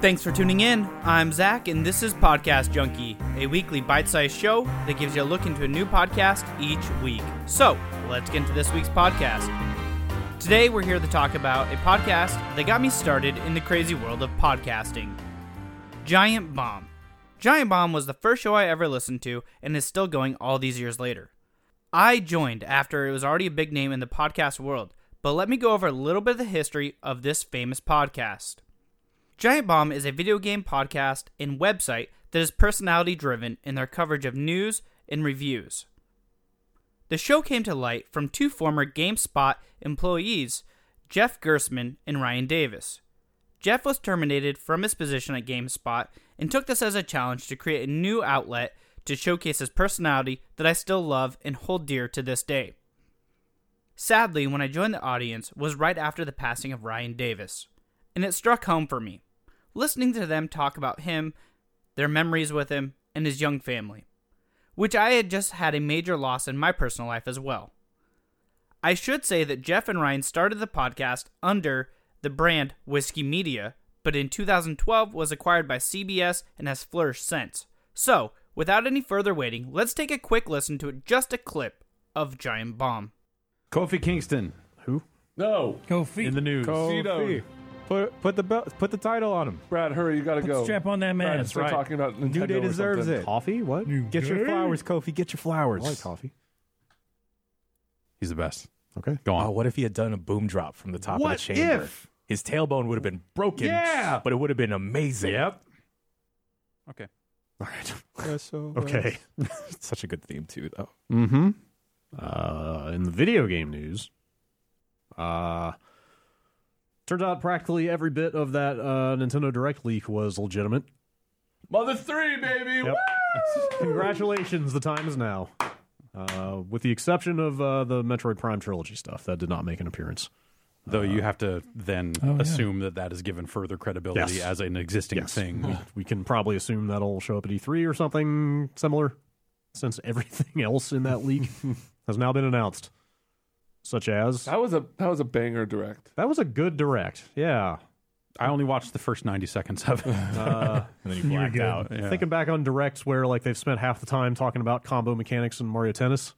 Thanks for tuning in. I'm Zach, and this is Podcast Junkie, a weekly bite sized show that gives you a look into a new podcast each week. So, let's get into this week's podcast. Today, we're here to talk about a podcast that got me started in the crazy world of podcasting Giant Bomb. Giant Bomb was the first show I ever listened to and is still going all these years later. I joined after it was already a big name in the podcast world, but let me go over a little bit of the history of this famous podcast. Giant Bomb is a video game podcast and website that is personality driven in their coverage of news and reviews. The show came to light from two former GameSpot employees, Jeff Gersman and Ryan Davis. Jeff was terminated from his position at GameSpot and took this as a challenge to create a new outlet to showcase his personality that I still love and hold dear to this day. Sadly, when I joined the audience was right after the passing of Ryan Davis, and it struck home for me, listening to them talk about him, their memories with him, and his young family, which I had just had a major loss in my personal life as well. I should say that Jeff and Ryan started the podcast under the brand Whiskey Media, but in 2012 was acquired by CBS and has flourished since. So, without any further waiting, let's take a quick listen to just a clip of Giant Bomb. Kofi Kingston. Who? No. Kofi. In the news. Kofi. Put put the belt, put the title on him. Brad, hurry, you gotta Put the go. strap on that man. Brad, start right. talking about Nintendo New Day or deserves something. it. Coffee? What? get your Day? flowers, Kofi. Get your flowers. I like coffee. He's the best. Okay. Go on. Oh, what if he had done a boom drop from the top What of the chamber? if? His tailbone would have been broken. Yeah. But it would have been amazing. Yep. Okay. All right. Okay. Such a good theme too, though. Mm-hmm. Uh, in the video game news, uh, turns out practically every bit of that uh, Nintendo Direct leak was legitimate. Mother 3, baby! Yep. Congratulations, the time is now. Uh, with the exception of uh, the Metroid Prime trilogy stuff, that did not make an appearance. Though Uh, you have to then oh, yeah. assume that that is given further credibility Yes. as an existing thing. we, we can probably assume that'll show up at E3 or something similar, since everything else in that leak has now been announced, such as That was a that was a banger direct. that was a good direct. Yeah, I only watched the first 90 seconds of it. And then he blacked out. Yeah. Thinking back on directs where like they've spent half the time talking about combo mechanics in Mario Tennis.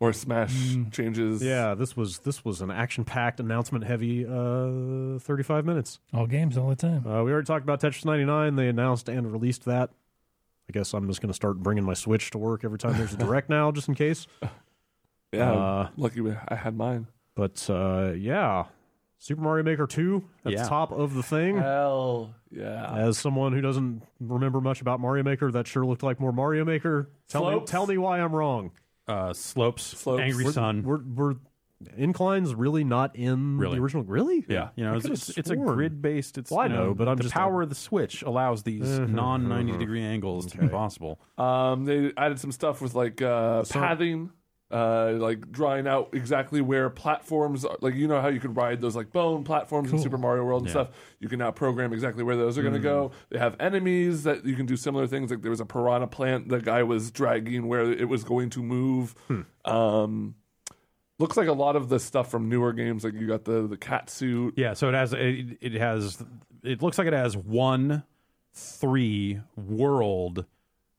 Or Smash changes. Yeah, this was this was an action-packed, announcement-heavy uh, 35 minutes. All games all the time. Uh, we already talked about Tetris 99. They announced and released that. I guess I'm just going to start bringing my Switch to work every time there's a direct now, just in case. Yeah. Uh, lucky we- I had mine. But uh, yeah, Super Mario Maker 2 at Yeah. Uh, the top of the thing. Hell yeah. As someone who doesn't remember much about Mario Maker, that sure looked like more Mario Maker. Tell me, Slopes. tell me why I'm wrong. Uh, slopes, Slopes. Angry We're- Sun. We're, we're inclines really not in Really? the original. Really? yeah, you know, I it's, could've it's, it's a sworn. grid based. It's Well, I you know, but I'm the just- Mm-hmm. power of the Switch allows these non 90 degree angles to be possible. Um, they added some stuff with like uh, pathing, uh, like drawing out exactly where platforms, are. like you know how you could ride those like bone platforms in Super Mario World and stuff. You can now program exactly where those are going to Mm. go. They have enemies that you can do similar things. Like there was a piranha plant the guy was dragging where it was going to move. Hmm. Um, looks like a lot of the stuff from newer games. Like you got the the cat suit. Yeah, so it has it, it has it looks like it has one, three world,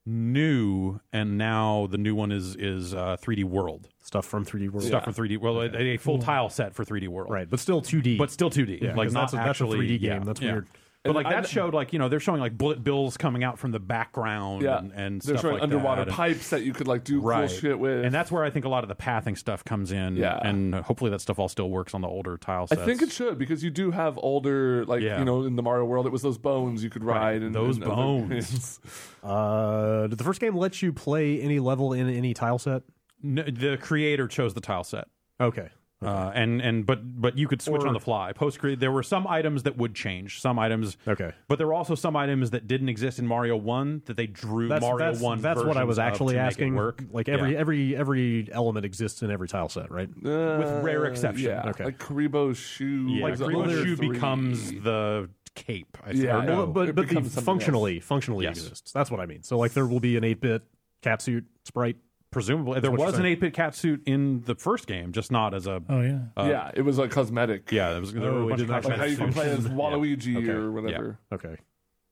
new, and now the new one is is uh, 3D World Stuff from 3D World. stuff for 3D. Well, a, a full tile set for 3D World, Mm-hmm. Right, but still 2D. but still 2D. Yeah, like 'cause not that's a- that's a actually 3D yeah, game. That's yeah. weird. But like And that I- showed like you know they're showing like bullet bills coming out from the background Yeah, and, and they're stuff showing like underwater that. And- pipes that you could like do cool right shit with. and that's where I think a lot of the pathing stuff comes in. Yeah. and hopefully that stuff all still works on the older tile I sets. think it should because you do have older, like Yeah. you know, in the Mario world, it was those bones you could ride Right, and those and other bones. things. Uh, did the first game let you play any level in any tile set? No, the creator chose the tile set. Okay. Uh, and and but but you could switch Or- on the fly. Post create, there were some items that would change. Some items, Okay. but there were also some items that didn't exist in Mario One that they drew That's, Mario that's, One. that's what I was versions of actually to make it asking. Work Like every Yeah. every every element exists in every tile set, right? Uh, rare exception. Yeah, Okay. like Karibo's shoe. yeah. was Green under shoe three. becomes the cape. I Yeah, or no. Well, but It but the becomes something functionally functionally Yes. exists. That's what I mean. So like there will be an 8-bit catsuit sprite. presumably there what you're was an saying. 8-bit catsuit in the first game, just not as a Oh, yeah. yeah, it was like cosmetic. yeah. There was there Oh, were it a bunch did of not like how you can cosmetic play as suits. Waluigi Okay. or whatever. Okay.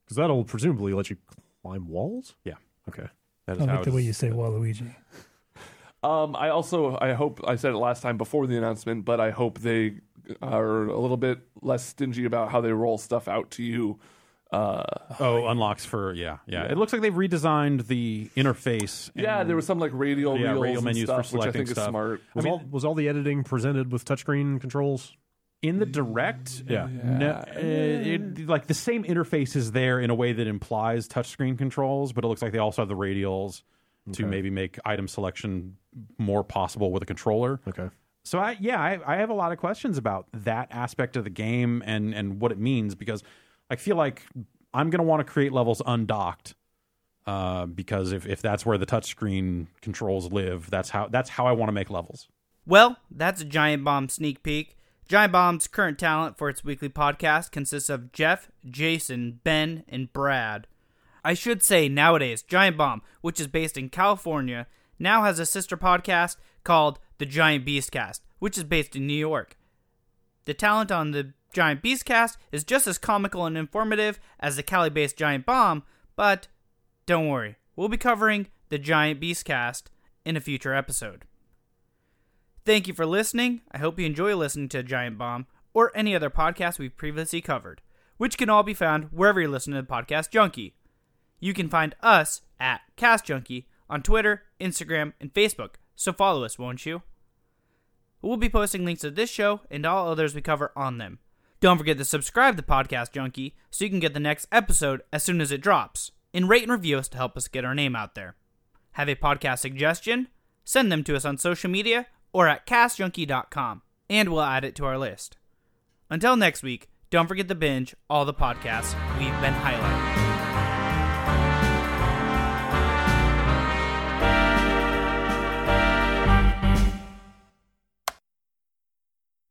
Because that'll presumably let you climb walls? Yeah. Okay. That is I how like the it Oh, way is. you say Waluigi. Um, I also I hope I said it last time before the announcement, but I hope they are a little bit less stingy about how they roll stuff out to you. Uh, Oh, unlocks for yeah, yeah, It looks like they've redesigned the interface. and- yeah, there was some like radial Yeah, reels radial and menus for stuff, which I selecting think is stuff. smart. Was, all, was all the editing presented with touchscreen controls? in the direct. Yeah. No, uh, it, like the same interface is there in a way that implies touchscreen controls, but it looks like they also have the radials to maybe make item selection more possible with a controller. Okay. So I yeah, I, I have a lot of questions about that aspect of the game and and what it means because I feel like I'm gonna want to create levels undocked. Uh, because if, if that's where the touchscreen controls live, that's how that's how I want to make levels. Well, that's a Giant Bomb sneak peek. Giant Bomb's current talent for its weekly podcast consists of Jeff, Jason, Ben, and Brad. I should say nowadays, Giant Bomb, which is based in California, now has a sister podcast called The Giant Beast Cast, which is based in New York. The talent on the Giant Beast Cast is just as comical and informative as the Cali based Giant Bomb, but don't worry, we'll be covering The Giant Beast Cast in a future episode. Thank you for listening. I hope you enjoy listening to Giant Bomb or any other podcast we've previously covered, which can all be found wherever you're listening to the Podcast Junkie. You can find us at Cast Junkie on Twitter, Instagram, and Facebook, so follow us, won't you? We'll be posting links to this show and all others we cover on them. Don't forget to subscribe to Podcast Junkie so you can get the next episode as soon as it drops, and rate and review us to help us get our name out there. Have a podcast suggestion? Send them to us on social media or at castjunkie.com, and we'll add it to our list. Until next week, don't forget to binge all the podcasts we've been highlighting.